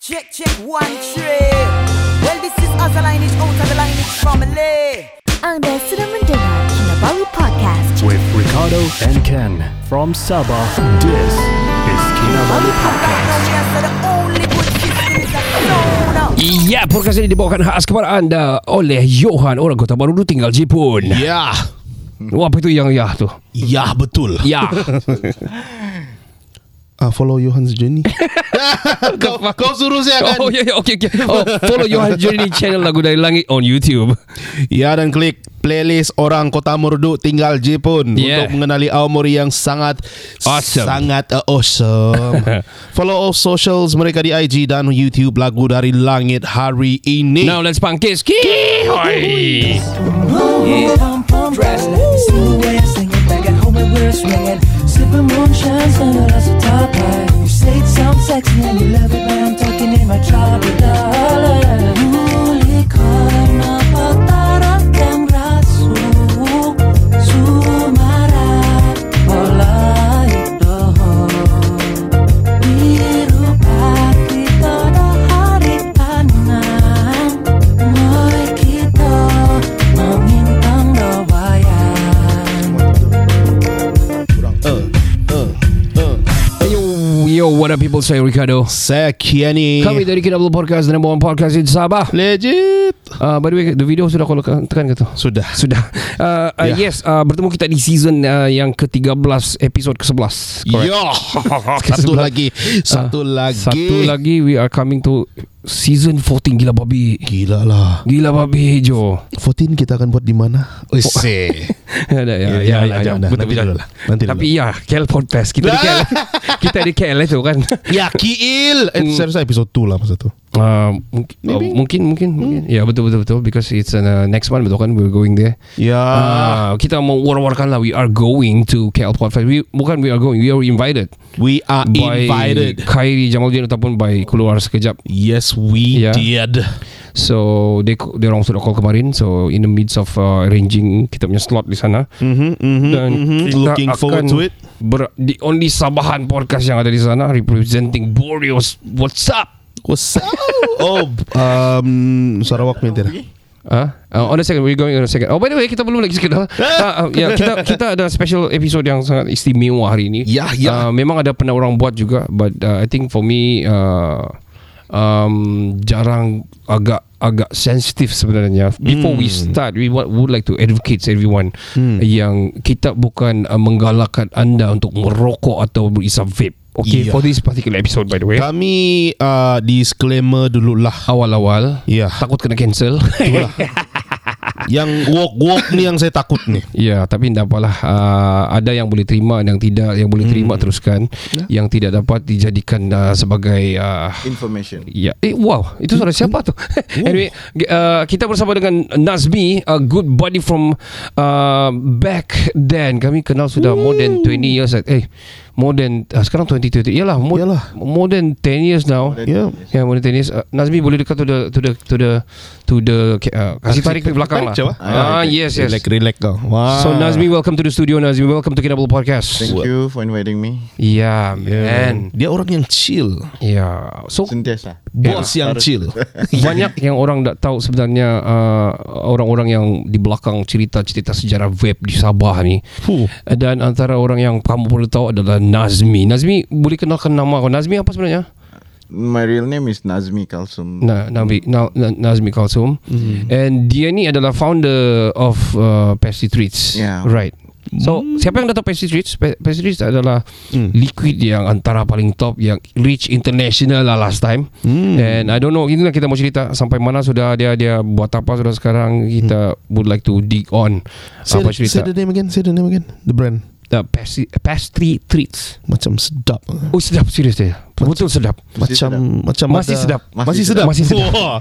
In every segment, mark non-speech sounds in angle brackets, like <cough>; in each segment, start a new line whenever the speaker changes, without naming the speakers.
Check, check, one, three. Well, this is Azza Lineage, out of the lineage family.
Anda sedang mendengar Kinabalu Podcast.
with Ricardo and Ken from Sabah. This is Kinabalu Podcast.
Ya, podcast ini dibawakan khas kepada anda oleh Johan orang Kota Baru dulu tinggal Jepun. Yeah.
Ya
Wah, apa itu yang ya tu?
Ya betul <laughs>
Ya.
uh, follow Johan's journey.
<laughs> kau, kau suruh saya kan
oh, ya, ya, okey, okey. Oh, follow Johan Journey channel lagu dari langit on YouTube.
Ya dan klik playlist orang kota Murdu tinggal Jepun
Yeah.
untuk mengenali Aomori yang sangat
Awesome.
sangat uh,
<laughs>
awesome. Follow all socials mereka di IG dan YouTube lagu dari langit hari ini.
Now let's pangkis. Ki-hoi.
dress. See the way I'm singing back at home and we're swinging. Sipping moonshine, sunglasses of top hat. You say it sounds sexy and you love it when I'm talking in my trouble dollar. Muli korma potara tem grasu. Sumara polai doho. Biru pagi pada hari tanam Moi kita mengintang doayan
Yo, yo, what up people? Saya Ricardo.
Saya Kiani.
Kami dari Kinabalu Podcast, the number one podcast in Sabah.
legit.
Uh, by the way, the video sudah kau tekan ke tu?
Sudah.
Sudah. Uh, uh,
Ya.
Yes, uh, bertemu kita di season uh, yang ke-13, episode ke-11. Correct. <laughs> Ah,
Yo. Ya. satu lagi. Satu lagi.
Satu lagi we are coming to season 14 gila babi.
Gila lah.
Gila babi hijau.
14 kita akan buat di mana?
Usse.
<laughs> ya, ya, ya, ya,
janganlah,
ya, ya,
janganlah.
betul,
Nanti
betul.
dulu lah. Nanti dulu.
Tapi ya, KL podcast kita di <laughs> KL. kita di KL itu <laughs> kan.
Ya Kiil. Eh,
Hmm.
saya rasa episode 2 lah masa tu.
Uh, mungkin, oh, mungkin, mungkin, mungkin. Ya betul, betul, betul. Because it's an, uh, next one betul kan we're going there.
Ya.
Ah, kita mau war-warkan lah. We are going to KL podcast. We, bukan we are going, we are invited
We are
by
invited.
Khairi Jamaluddin ataupun by keluar sekejap.
Yes, we
Yeah.
did.
So they dia orang sudah call kemarin. So in the midst of uh, arranging kita punya slot di sana.
Mm-hmm, mm-hmm,
Dan Mhm. kita
Looking
akan
forward to it.
Ber, the only Sabahan podcast yang ada di sana representing Boreos. What's up?
What's up?
Oh, um, Sarawak punya tidak.
Ah, uh, on a second, we're going on a second. Oh, by the way, kita belum lagi <laughs> sekedar. Ah, ah, ya, kita kita ada special episode yang sangat istimewa hari ini.
Ya,
Ah,
ya.
memang ada pernah orang buat juga, but uh, I think for me uh, um, jarang agak agak sensitif sebenarnya. Before
Hmm.
we start, we want, would like to advocate everyone yang kita bukan uh, menggalakkan anda untuk merokok atau berisap vape. Okay,
Ya.
for this particular episode by the way.
Kami uh, disclaimer dulu lah.
Awal-awal
Ya.
takut kena
<laughs>
cancel.
Yang walk-walk ni yang saya takut ni.
Ya, tapi tidak apalah. Uh, ada yang boleh terima, ada yang tidak. Yang boleh
Hmm.
terima teruskan.
Ya.
Yang tidak dapat dijadikan uh, sebagai uh, information. Ya, eh, wow, itu suara siapa tu? <laughs> anyway, g- uh, kita bersama dengan Nazmi, a good buddy from uh, back then. Kami kenal sudah more than 20 years. Eh, more than uh, sekarang 2020. Yalah, more,
Yalah.
more than 10 years now.
Ya.
Ya, yeah, more than 10 years. Uh, Nazmi boleh dekat to the to the to the to the uh, kasih tarik ke belakang lah.
Tarik, cuba.
Ah, yes, yes.
Relax, relax kau. Wah.
So Nazmi, welcome to the studio. Nazmi, welcome to Kinabalu Podcast.
Thank you for inviting me.
Yeah, man.
Dia orang yang chill.
Yeah. So
Sentiasa.
Bos yang <laughs> chill.
banyak yang orang tak tahu sebenarnya uh, orang-orang yang di belakang cerita-cerita sejarah vape di Sabah ni.
Fuh.
Dan antara orang yang kamu perlu tahu adalah Nazmi. Nazmi, boleh kenalkan nama kau. Nazmi apa sebenarnya?
My real name is Nazmi Kalsum.
Na, Nabi, na, na, Nazmi Kalsum. And dia ni adalah founder of uh, Pepsi Treats.
Yeah.
Right. So siapa yang dah tahu Pepsi Treats? Pe- Pepsi Treats adalah
Hmm.
liquid yang antara paling top yang reach international lah last time.
Hmm.
And I don't know inilah kita mau cerita sampai mana sudah dia dia buat apa sudah sekarang kita
Hmm.
would like to dig on
Say,
apa
say
cerita
the name again. Say the name again. The brand
the Pepsi Pepsi Treats.
macam sedap.
Oh sedap serius dia. Betul sedap.
Macam macam
Masih
ada-
sedap.
Masih sedap.
Masih
<laughs>
sedap.
Wah.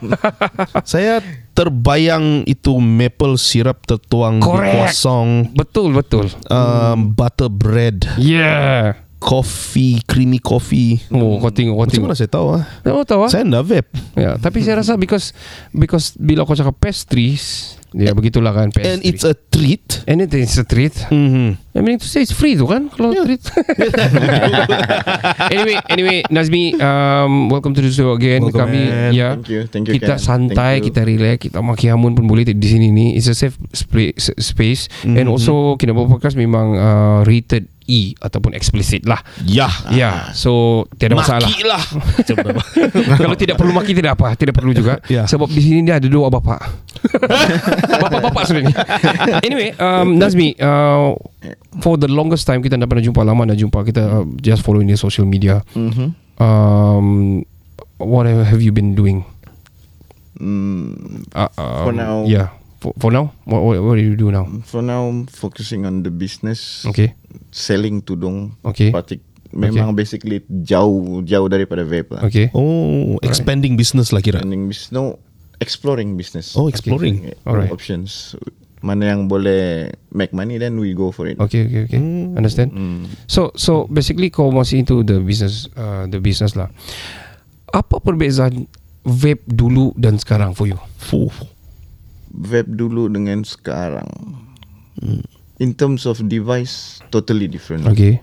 saya terbayang itu maple syrup tertuang
Correct.
di kosong.
Betul betul.
Um, butter bread.
Yeah.
coffee, creamy coffee.
Oh kau tengok Kau
Macam
tengok
mana saya tahu ah?
Tak tahu ah.
Saya nak vape.
Ya, tapi saya rasa because because bila kau cakap pastries, ya begitulah kan pastries.
Eh. And it's a treat.
and it is a treat.
Mm-hmm.
I mean to say it's free tu kan kalau yeah. treat. <laughs> anyway, anyway Nazmi, um, welcome to the show again.
Welcome,
Kami
man.
ya.
Thank you, thank you.
Kita
Ken.
santai,
Thank you.
kita relax, kita maki hamun pun boleh di sini ni. It's a safe sp- space mm-hmm.
Mhm.
and also Kinabalu Podcast memang uh, rated E ataupun explicit lah.
Yah.
Ah.
Ya, yeah, so tiada masalah.
Maki lah.
<laughs> Kalau tidak perlu maki tidak apa, tidak perlu juga.
Ya.
Sebab di sini dia ada dua bapak. Bapak-bapak sebenarnya. Anyway, um, Nazmi, uh, for the longest time kita tak pernah jumpa lama dah jumpa. Kita uh, just follow in the social media.
Mhm.
Um, what have you been doing?
Mm,
Uh, um,
For now. Mm.
Yeah. For, for now, what, what what do you do now?
for now, I'm focusing on the business,
Okay.
selling tudung.
Okay.
Patik. Memang basically jauh jauh daripada vape lah.
<laughs>
Okay.
Oh, expanding business lah kira.
Running bus- no exploring business.
Oh, exploring.
Yeah,
Alright.
Options. Mana yang boleh make money, then we go for it.
Okay, okay, okay.
Hmm.
Understand? So so basically kau masih into the business uh, the business lah. Apa perbezaan vape dulu dan sekarang for you?
Fuh.
Vape dulu dengan sekarang. In terms of device, totally different.
Hmm. Okay.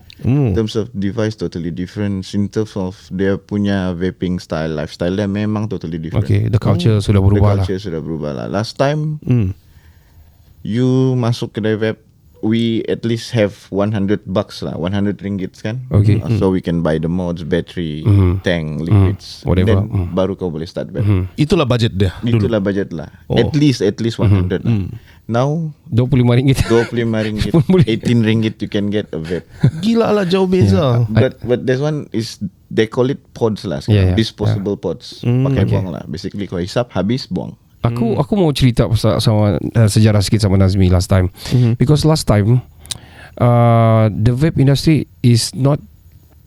Mm.
Hmm.
In terms of device totally different In terms of Dia punya vaping style Lifestyle dia memang totally different
Okay, the culture sudah
Hmm. The
berubah lah.
culture sudah berubah lah Last time
Mm.
You masuk kedai vape We at least have 100 bucks lah 100 ringgit kan
Okay. Hmm.
So we can buy the mods Battery Tank Liquids
Whatever. Hmm.
Then baru kau boleh start vape
Itulah budget dia.
Itulah budget lah
Oh.
At least At least
Hmm.
100 lah Now
RM25.
25 ringgit
<laughs> Pun boleh.
18 ringgit You can get a vape
Gila lah jauh beza.
But but this one is they call it pods lah,
Yeah, yeah. Mm,
sekarang. disposable pods. Pakai buang lah. Basically kau hisap habis buang.
Aku aku mau cerita pasal sama uh, sejarah sikit sama Nazmi last time. Mm-hmm. Because last time uh, the vape industry is not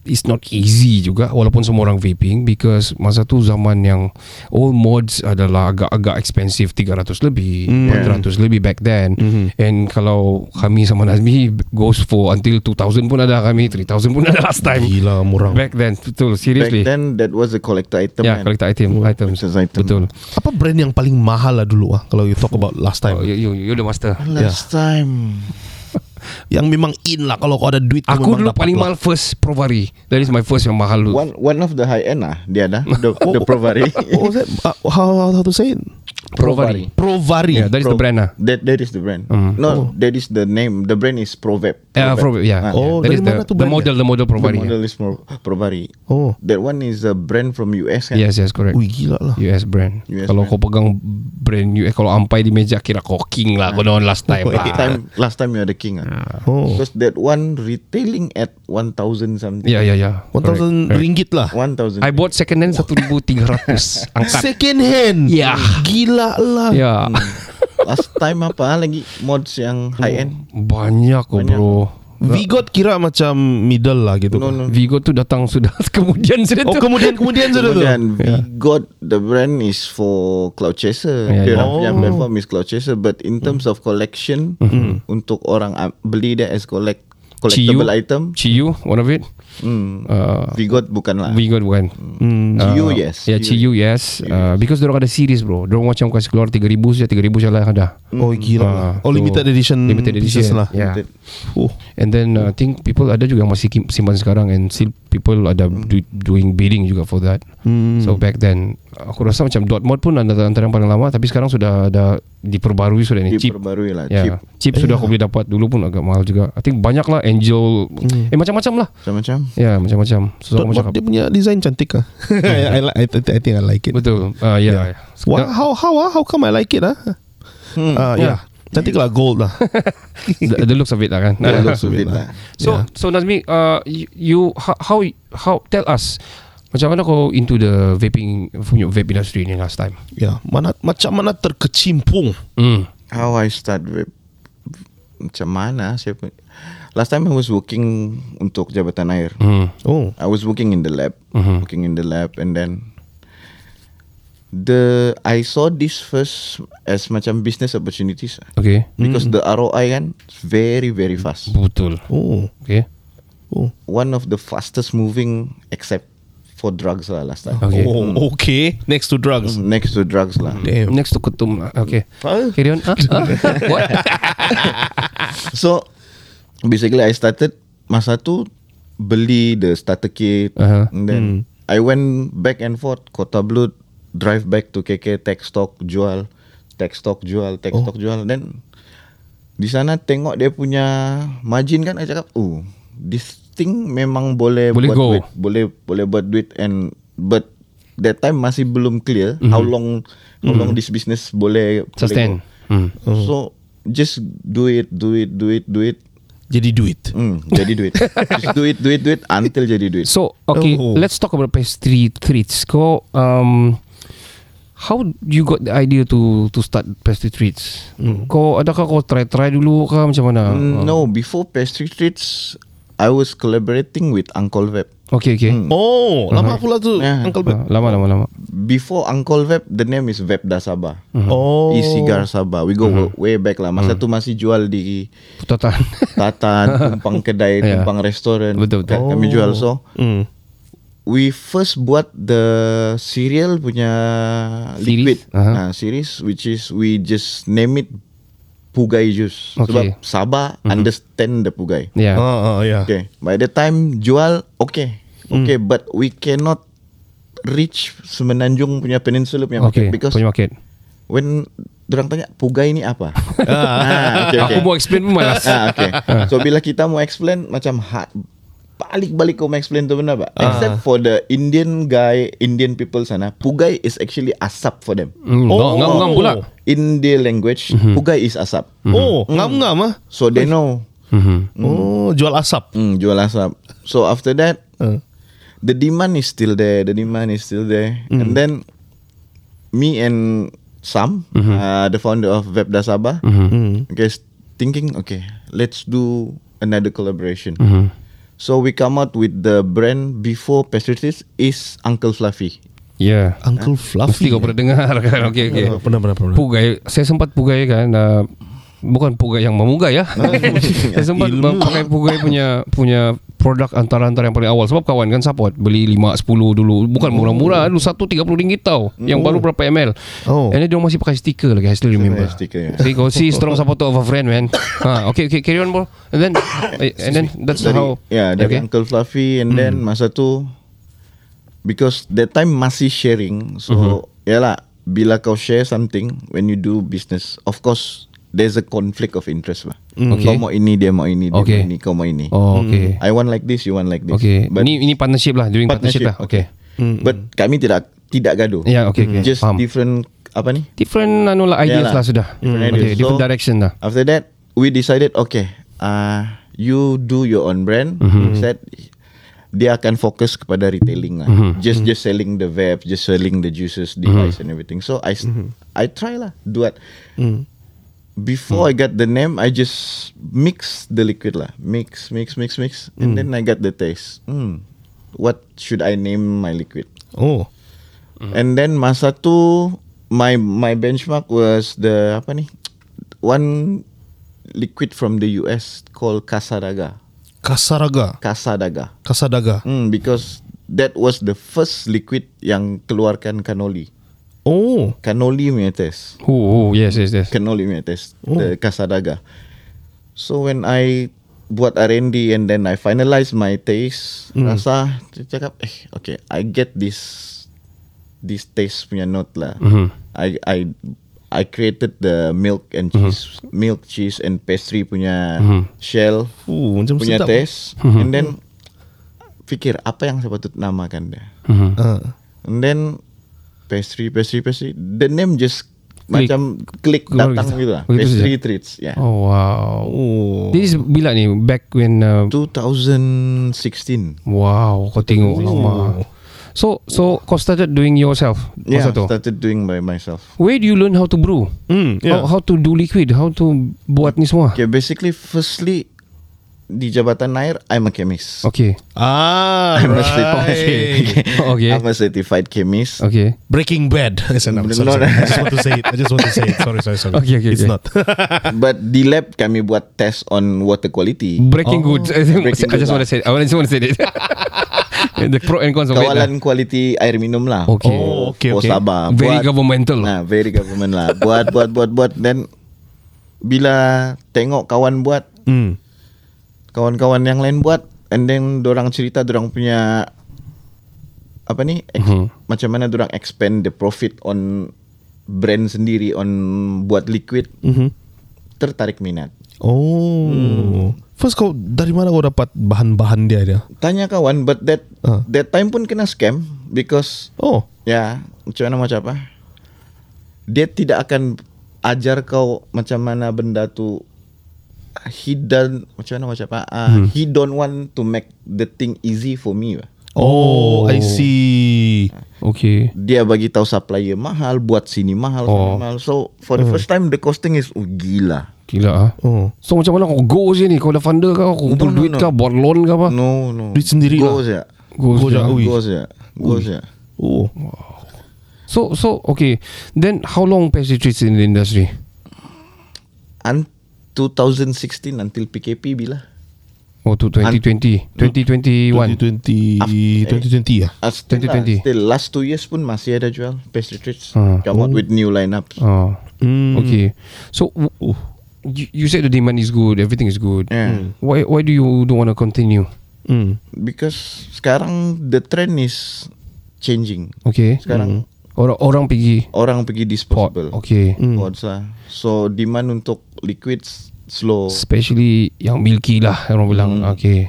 is not easy juga walaupun semua orang vaping because masa tu zaman yang all mods adalah agak-agak expensive 300 lebih mm. 400 lebih back then mm-hmm. and kalau kami sama Nazmi goes for until 2000 pun ada kami 3000 pun ada last time
Gila murah.
back then betul
Back
seriously
then that was a collector item.
ya yeah,
man.
collector item items
Collector's item.
betul
Apa brand yang paling mahal lah dulu ah kalau you talk about last time?
oh, you, you, you the master
Last time.
Yang memang in lah kalau kau ada duit kau
Aku
memang
dulu
dapat
paling
lah.
mahal first Provari That is my first yang mahal dulu
One one of the high end lah dia
<laughs>
dah the, the
Oh,
Provari.
<laughs> What was that? Uh, how, how to say it?
Provari
Provari.
Yeah that is the
Pro-
brand lah
That that is the brand. No, that is the name. The brand is Provep.
Eh, Provari yeah.
Ah,
Oh,
that
dari
is
mana
the,
tu
the
brand
model The model
The
Provari
model is Pro- Provari.
Oh.
That one is a brand from US kan?
Yes yes correct
Ui gila lah.
US brand
US
Kalau
brand.
kau pegang brand US Kalau ampai di meja Kira kau king lah Kau dah on last time
Last
lah
time last time you are the king ah.
Oh.
Because that one retailing at 1000 something.
Ya ya ya
1000 ringgit lah.
1000.
I bought second hand 1300 Angkat
Second hand.
Ya.
Gila lah.
Ya
Last time apa ah, lagi mods yang high end?
Banyak kau
Banyak.
bro
Vigot kira macam middle lah gitu.
No no.
Vigo tu datang sudah <laughs> Kemudian sudah
Oh
tu
kemudian kemudian sudah tu.
Kemudian we got the brand is for Cloud Chaser.
Ya, ya.
Yeah, yeah. Yang platform is Cloud Chaser but in terms
Mm.
of collection
Mm-hmm.
untuk orang am- beli dia as collect collectible item.
Ciu one of it
Hmm.
uh,
We got bukan lah.
Vigo kan. bukan
Ciu yes.
Ya uh, yeah, Ciu yes uh, Because diorang ada series bro Diorang macam kasi keluar 3,000 saja 3,000 saja lah yang ada
Oh gila. lah.
Ah,
oh
so-
limited edition.
Limited
pieces
edition ya.
lah.
yeah.
That-
Oh.
And then uh, I think people ada juga yang masih kim- simpan sekarang And still people ada
Hmm.
do, doing bidding juga for that So back then Aku rasa macam dot mod pun antara, antara yang paling lama Tapi sekarang sudah ada Diperbarui sudah ni Chip
Diperbarui lah
Ya,
chip.
yeah. chip sudah aku boleh dapat dulu pun agak mahal juga. I think banyak lah Angel, eh macam-macam lah.
Macam-macam.
Ya, yeah, macam-macam.
Hmm. Dot
Susah aku
bot
cakap.
dia punya design cantik ah. <laughs> I, like- I, th- I think I like it.
Betul. Ah, ya. Yeah.
Wha- how how ah? how come I like it ah? Ah
Hmm.
ya.
Yeah.
yeah. Cantik lah gold
<laughs>
lah.
the, the looks of it lah kan.
That looks a bit lah.
So yeah. so Nazmi, uh, you, you how, how how tell us macam mana kau into the vaping punya vape industry ni last time?
ya, mana macam mana terkecimpung.
Hmm.
How I start with macam mana saya pun- Last time I was working untuk Jabatan Air.
Hmm.
Oh,
I was working in the lab, working in the lab, and then the I saw this first as macam business opportunities ah. lah.
Okay.
because the ROI kan very very fast.
Betul.
oh.
Okay.
Oh.
one of the fastest moving except for drugs lah last time.
Okay. Hmm.
Oh, okay. Next to drugs.
Next to drugs lah.
Damn.
Next to ketum lah. Okay.
Huh?
Carry <laughs> on. Huh? Huh? What?
So basically I started masa tu beli the starter kit
Uh-huh.
and then I went back and forth Kota Blue drive back to KK tech stock jual tech stock
Oh.
jual tech stock jual then di sana tengok dia punya margin kan I cakap oh this thing memang boleh
Boleh
buat
go.
duit boleh boleh buat duit and but that time masih belum clear how long how long this business boleh boleh
Mhm. Sustain.
go.
Hmm.
So just do it, do it, do it, do it.
Jadi duit.
Hmm, jadi
<laughs>
duit. just do it, do it, do it until jadi duit.
So okay,
Oh.
let's talk about pastry treats. Kau um, how you got the idea to to start pastry treats? Kau adakah kau try try dulu ke macam mana? Uh,
Hmm. Mm, no, before pastry treats, I was collaborating with Uncle Web.
Okay okay. Mhm.
Hmm.
Oh, lama pula tu
Yeah.
Uncle
Ah,
Ben.
lama lama lama.
Before Uncle Web, the name is Web Dasaba.
Mm-hmm.
Oh.
E-cigar Sabah. We go way back lah. Masa tu masih jual di
<laughs> Putatan. <laughs>
Tatan, tumpang kedai,
Yeah.
tumpang restoran.
Betul, betul.
Kan Kami jual so.
Hmm.
we first buat the serial punya liquid
Series? Aha.
uh, series which is we just name it Pugai Juice
Okay. Mhm.
sebab Sabah understand the Pugai.
Ah,
yeah.
ah, yeah.
Okay, by the time jual okay,
Hmm.
okay, but we cannot reach Semenanjung punya peninsula punya
Okay,
market because
punya market.
when orang tanya Pugai
<laughs>
ni apa? ah, okay,
Aku mau explain pun malas.
ah, okay. So bila kita mau explain macam ha, balik-balik kau mau explain tu benda apa? Except for the Indian guy, Indian people sana, pugai is actually asap for them.
Hmm, ngam
Oh.
ngam ngam pula. Hmm.
In their language, pugai is asap.
Oh,
Hmm.
ngam-ngam ah.
So they know
Mhm.
Hmm.
Oh, jual asap.
mm, jual asap. So after that,
Uh.
the demand is still there. The demand is still there. And then me and Sam, uh, the founder of Web Dasaba, okay, s- thinking, okay, let's do another collaboration. So we come out with the brand before Pesticides is Uncle Fluffy.
Yeah.
Ah.
Uncle
Ya. Mesti
Fluffy.
kau pernah dengar <laughs> kan. Okay okay.
Ah, Pernah, pernah, pernah.
Pugai Saya sempat pugai kan uh, Bukan pugai yang memugai ya
Ah.
<laughs> Saya sempat pakai pugai punya Punya produk antara-antara yang paling awal Sebab kawan kan support Beli 5, 10 dulu Bukan
Oh.
murah-murah Dulu satu 30 ringgit tau Yang baru berapa ml
Oh.
And then dia masih pakai stiker lagi I still remember
pakai stiker, ya.
See, kau see
<laughs>
strong supporter of a friend man ha, Okay okay carry on bro And then And then that's
Dari,
how
yeah,
okay.
dari
Hmm.
Uncle Fluffy and then masa tu because that time masih sharing. So
Mm-hmm.
yalah bila kau share something when you do business, of course there's a conflict of interest lah.
Mm, Okay.
Kau mau ini dia mau ini, dia
Okay.
mau ini, kau mau ini. Mm.
Oh okay
I want like this, you want like this.
Okay
But
Ini ini partnership lah During partnership, lah Okay
But kami tidak tidak gaduh.
Ya, okay, okay.
Just
Faham.
different apa nih?
Different anu lah ideas
Yalah.
lah sudah
Different
Hmm, okay,
ideas.
Different
So-
direction lah
After that, we decided okay, uh, you do your own brand. We Said dia akan fokus kepada retailing lah. Just just selling the vape, just selling the juices, device and everything. So I s- I try lah buat. Before I got the name, I just mix the liquid lah. Mix, mix, mix, mix, and then I got the taste. Hmm. What should I name my liquid?
Oh.
Mm. And then masa tu my my benchmark was the apa ni? One liquid from the US called Kasadaga.
Kasaraga.
Kasadaga.
Kasadaga.
Hmm, because that was the first liquid yang keluarkan cannoli.
Oh.
Cannoli punya test.
Oh, oh yes yes yes.
Cannoli punya test. The Kasadaga. So when I buat R&D and then I finalize my taste rasa dia cakap eh okay I get this this taste punya note lah I I I created the milk and cheese milk cheese and pastry punya shell
Oh, macam
punya
sedap.
taste
Mhm.
and then fikir apa yang saya patut namakan dia
Mhm.
Ah.
and then pastry pastry pastry the name just
Klik.
macam klik
Keluar
datang
gitu.
gitu lah
Begitu
pastry treats ya yeah.
Oh wow.
Oh.
This is bila ni back when uh,
2016
wow kau tengok lama. So so kau started doing yourself
Yeah,
masa tu.
started doing by myself.
Where do you learn how to brew?
Hmm, yeah.
Oh, How, how to do liquid, how to buat ni semua?
Okay, basically, firstly, di Jabatan Nair, I'm a chemist.
Okay.
<laughs> Ah,
I'm
<laughs>
a
right.
certified,
Okay.
I'm a certified chemist.
Okay.
Breaking <laughs> Bad. Listen, I'm sorry,
No,
sorry.
no.
I just want to say it. I just want to say it. Sorry, sorry, sorry.
Okay, okay, okay.
It's not. <laughs>
But di lab kami buat test on water quality.
Breaking good.
Oh.
<laughs>
Breaking
I just
good
want to say.
lah.
I just want to say that. the pro and cons of it. <laughs> lah.
Kawalan kualiti air minum lah.
Okay.
Oh, okay,
For
okay.
Sabah.
Very
Buat-
governmental.
Nah, very government lah. Buat, buat, buat, buat. Then bila tengok kawan buat,
Hmm.
kawan-kawan yang lain buat, and then dorang cerita dorang punya apa ni? Ex- Macam mana dorang expand the profit on brand sendiri on buat liquid. Tertarik minat.
Oh. First kau dari mana kau dapat bahan-bahan dia dia?
Tanya kawan, but that
Ah.
that time pun kena scam because
Oh.
Ya, macam mana macam apa? Dia tidak akan ajar kau macam mana benda tu he don't macam mana macam apa? Uh,
Hmm.
He don't want to make the thing easy for me. wah.
Oh, I see.
Okay.
Dia bagi tahu supplier mahal, buat sini mahal,
Oh.
sana mahal. So for
Hmm.
the first time the costing is oh, gila.
Gila ah.
Oh.
So macam mana kau go je ni Kau dah funder kau Kau kumpul
No, no,
duit
no.
kau Buat loan ke apa
No, no.
Ah,
ya.
Duit sendiri lah.
Go saja.
Go
Go
je.
je. Ui.
Go saja. Go saja.
Oh.
So so okay Then how long Pesetrice in the industry
Un 2016 until PKP bila?
Oh tu 2020 2021
2020 2020 ya.
Uh, still,
2020.
Lah, still last two years pun masih ada jual pastry treats.
Ah.
Come out with new lineup.
Oh
Mm.
Hmm.
Okay So w- you, you said the demand is good Everything is good
Oh. Yeah.
Why why do you don't want to continue
Hmm.
Because sekarang the trend is changing.
Okay Mm.
Sekarang
Orang orang pergi
orang pergi
pot
disposable.
Okay Hmm.
Pots lah. So demand untuk liquids slow.
Especially yang milky lah Orang bilang
Mm.
Okay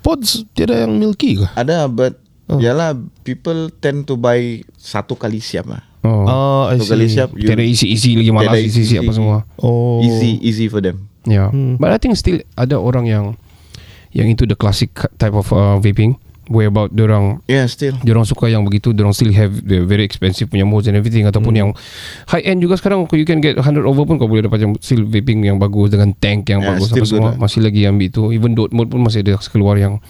Pods tiada yang milky kah?
Ada but
Oh.
Yalah people tend to buy satu kali siap lah.
Oh
Ah, I
Satu kali
see.
siap you,
Tiada isi-isi lagi malas
Tiada
Isi-isi
isi-isi.
apa semua
Oh.
easy easy for them.
Yeah. Ya. But I think still ada orang yang yang into the classic type of uh, vaping where about orang
Yeah still.
orang suka yang begitu orang still have the very expensive punya modes and everything ataupun yang high end juga sekarang you can get 100 over pun kau boleh dapat yang still vaping yang bagus dengan tank yang
Yeah,
bagus apa
still good
semua
lah.
masih lagi ambil itu even dot mode pun masih ada keluar yang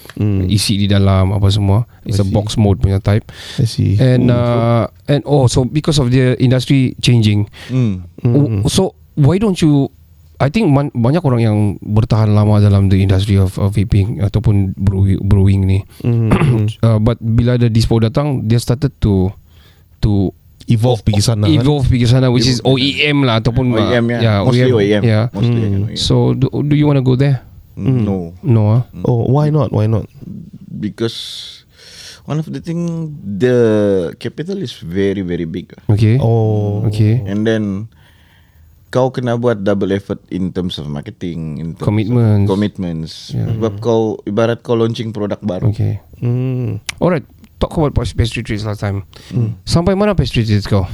isi di dalam apa semua it's a box mode punya type
I see.
and uh, and oh so because of the industry changing
Hmm.
Oh, So why don't you I think man, banyak orang yang bertahan lama dalam the industry of, of vaping ataupun brew- brewing ni.
Mm-hmm.
<coughs> uh, but bila ada dispo datang, dia started to to
Evolve pergi sana. kan?
evolve pergi sana which is OEM lah ataupun uh,
OEM E yeah. Mostly OEM.
Yeah.
Mm.
Mostly E OEM.
So do, do you want to go there?
No.
No. ah?
Oh, why not? Why not?
because one of the thing the capital is very very big
Okay.
Oh.
Okay.
Hmm. and then kau kena buat double effort in terms of marketing in terms
Commitments. Hmm.
of commitments sebab kau ibarat kau launching produk baru
Okay.
Hmm.
Alright. Talk about pas- pastry treats last time.
Mm.
Sampai mana pastry treats kau?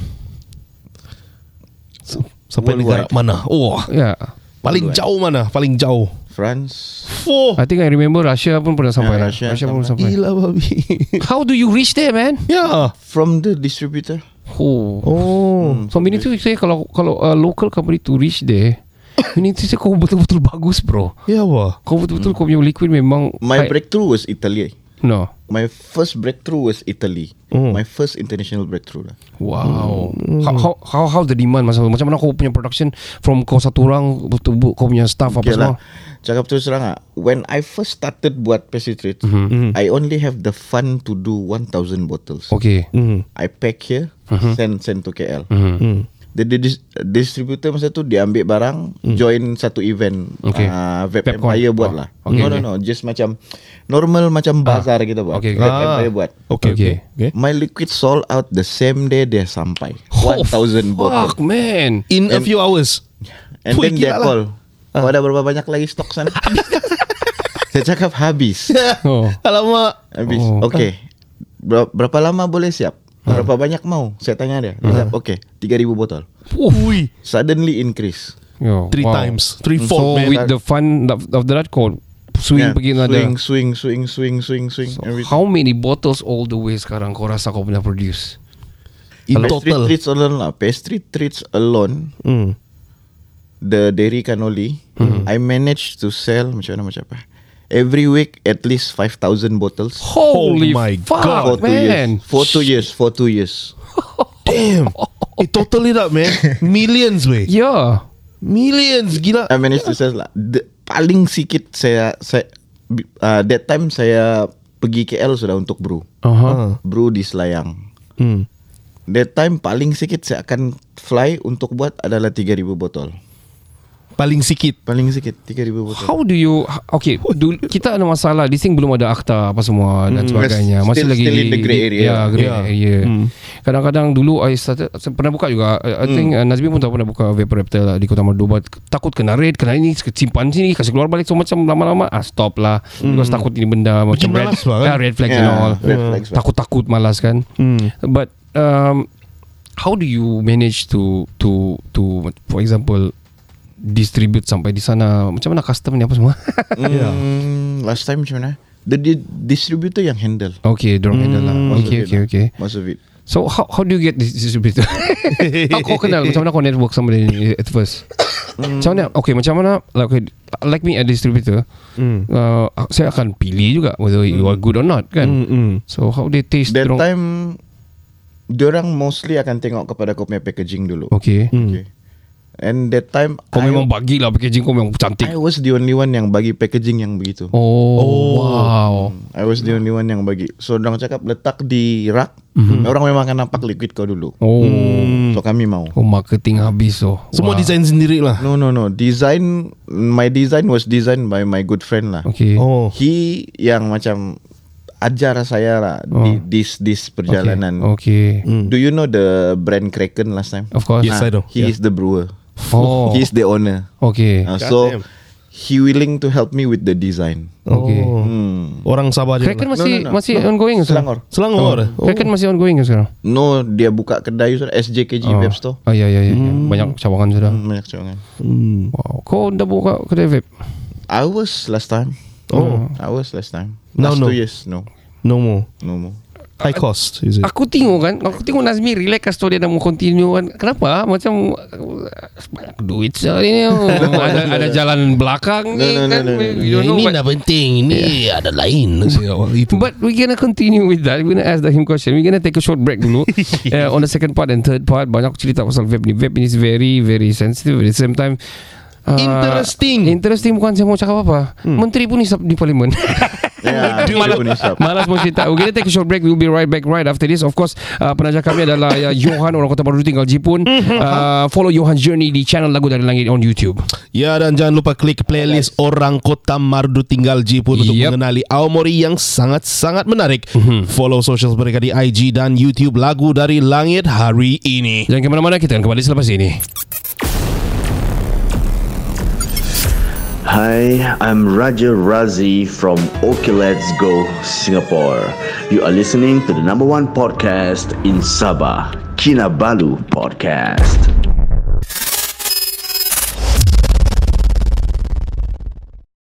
S- Sampai negara
Worldwide.
mana? Oh,
Yeah.
paling jauh mana? Paling jauh.
France
Four.
I think I remember Russia pun pernah sampai. lah.
Russia
Russia pun
sampai.
sampai.
Gila babi. <laughs>
How do you reach there, man?
ya.
from the distributor
Oh.
Oh.
So meaning to say kalau kalau uh, local company to reach there, <coughs> meaning to say kau betul-betul bagus, bro.
Ya wah.
Kau betul-betul kau punya liquid memang
my
I-
breakthrough was Italy
No.
my first breakthrough was Italy
Hmm.
my first international breakthrough lah
Wow.
Hmm.
How how how how the demand masa macam mana kau punya production from kau satu orang betul kau punya staff apa
Okay
semua.
lah. Cakap terus terang ah, when I first started buat pastry treats,
Mm-hmm.
I only have the fund to do 1000 bottles.
Okay.
Hmm.
I pack here, send send to KL.
Mm-hmm.
The, the dis- distributor masa tu dia ambil barang, join satu event
Okay.
ah, Vape
Pepcon.
Empire buat
Oh,
lah.
okay,
no,
okay. Ah.
no, no, just macam normal macam bazar kita buat.
Okay, okay.
Vape Empire buat.
Okay.
Okay. Okay. okay.
My liquid sold out the same day dia sampai. 1000
Oh,
bottles.
Fuck man.
In a few hours.
And
Fui,
then
gila
dia
lah.
call.
Ah.
Kau ada berapa banyak lagi stok
<laughs>
sana? Saya cakap habis.
Oh.
Alamak.
Habis.
Oh. Ah.
Okay. Ber- berapa lama boleh siap? Berapa banyak mau? Saya tanya dia. Dia jawab, okay, 3000 botol.
Ui.
Suddenly increase.
Yo,
Three
wow.
times. Three
So
four. man.
with the fun of, of that call swing
Yeah,
pergi another.
swing, swing, swing, swing, swing, swing. everything.
How many bottles all the way sekarang kau rasa kau pernah produce?
In
pastry
total.
treats alone lah. Pastry treats alone. the dairy cannoli, I managed to sell macam mana macam apa. Every week at least 5000 bottles.
Holy
Oh my
fuck,
for two years.
man.
For two years, for two years.
Damn. It totally up, man. Millions, way.
Yeah.
Millions, gila.
I managed to sell lah. The, paling sikit saya saya bi- uh, that time saya pergi KL sudah untuk brew.
Uh-huh.
Ha.
Brew di Selayang. That time paling sikit saya akan fly untuk buat adalah 3000 botol.
Paling sikit.
Paling sikit 3000
<sighs>
botol.
How do you Okay dulu, Kita ada masalah This thing belum ada akta Apa semua Dan sebagainya Masih
Still-
lagi
still in the grey area.
yeah, grey
Hmm. Yeah. Hmm.
area Kadang-kadang dulu I started saya Pernah buka juga I I think uh,
Hmm.
Nazmi pun tak pernah buka Vaporaptor lah Di Kota Merdu But takut kena raid Kena ini Simpan sini Kasih keluar balik So macam lama-lama ah, Stop lah Because takut ini benda Macam red,
Hmm. malas lah, kan?
yeah, red flag and
Yeah,
all
red flags lah.
Takut-takut malas kan
<laughs>
But um, How do you manage to To to For example distribute sampai di sana macam mana custom ni apa semua <laughs>
Ya.
Hmm, last time macam mana? The di- distributor yang handle.
Okay, dorong handle lah.
Most
Okay,
of it
okay,
lah.
okay.
Most of it.
So how how do you get this distributor? how kau kenal macam mana kau network sama dia ni at first? macam mana? Okay, macam mana? Like, okay, like me a distributor, mm. uh, saya akan pilih juga whether you are good or not kan.
hmm.
So how they taste?
That
dorang-
time Diorang mostly akan tengok kepada kau punya packaging dulu.
Okay.
Okay. And that time
Kau
I,
memang bagi lah packaging kau memang cantik.
I was the only one yang bagi packaging yang begitu.
oh, wow.
I was the only one yang bagi. So orang cakap letak di rak, orang memang akan nampak liquid kau dulu.
Mhm. Oh,
So kami mau.
oh marketing habis oh. Wah.
Semua design sendiri lah.
No no no, design my design was designed by my good friend lah.
Okay.
Oh.
He yang macam ajar saya lah di this this perjalanan.
Oh. Okay. okay.
Do you know the brand Kraken last time?
Of course.
Yes, I do.
He is the brewer. <laughs>
Oh.
He is the owner.
Okay.
Uh, so he willing to help me with the design.
Okay.
Hmm.
Orang Sabah dia.
Kraken
lah.
masih masih ongoing sekarang.
Selangor.
Selangor. Oh.
Kraken masih ongoing ke sekarang.
No, dia buka kedai sudah SJKG
Oh.
Web Store.
Ah ya ya ya. ya. Banyak cawangan sudah.
Hmm, Banyak cawangan. Hmm.
Wow. Kau dah buka kedai vape?
I was last time.
Oh.
I was last time.
No,
last
no.
two years, no.
No more.
No more.
High cost, is it?
Aku tengok kan, aku tengok Nazmi relax kat story dia nak continue kan. Kenapa? Macam uh, banyak duit sah
<laughs>
ni. ada ada jalan belakang ni
No, no, no,
kan.
no, no, no.
You don't know, but-
penting. Ini ada lain. Itu.
But we're gonna continue with that. We're gonna ask the him question. We're gonna take a short break dulu. uh, on the second part and third part banyak cerita pasal vape ni. Vape ni is very very sensitive. At the same time uh,
Interesting.
Interesting bukan saya mau cakap apa. Hmm. Menteri pun hisap di parlimen.
Yeah,
Malam-
pun hisap.
<laughs> Malas mau cerita We're gonna take a short break We'll be right back right after this Of course uh, Penaja kami adalah uh, Johan orang Kota Baru tinggal Jepun uh, Follow Johan's journey Di channel Lagu Dari Langit on YouTube
Ya dan jangan lupa klik playlist Orang Kota Mardu Tinggal Jipun Untuk
Yep.
mengenali Aomori yang sangat-sangat menarik Follow socials mereka di IG dan YouTube Lagu dari Langit hari ini
Jangan ke mana-mana Kita akan kembali selepas ini
Hi, I'm Raja Razi from OK Let's Go Singapore. You are listening to the number one podcast in Sabah, Kinabalu Podcast.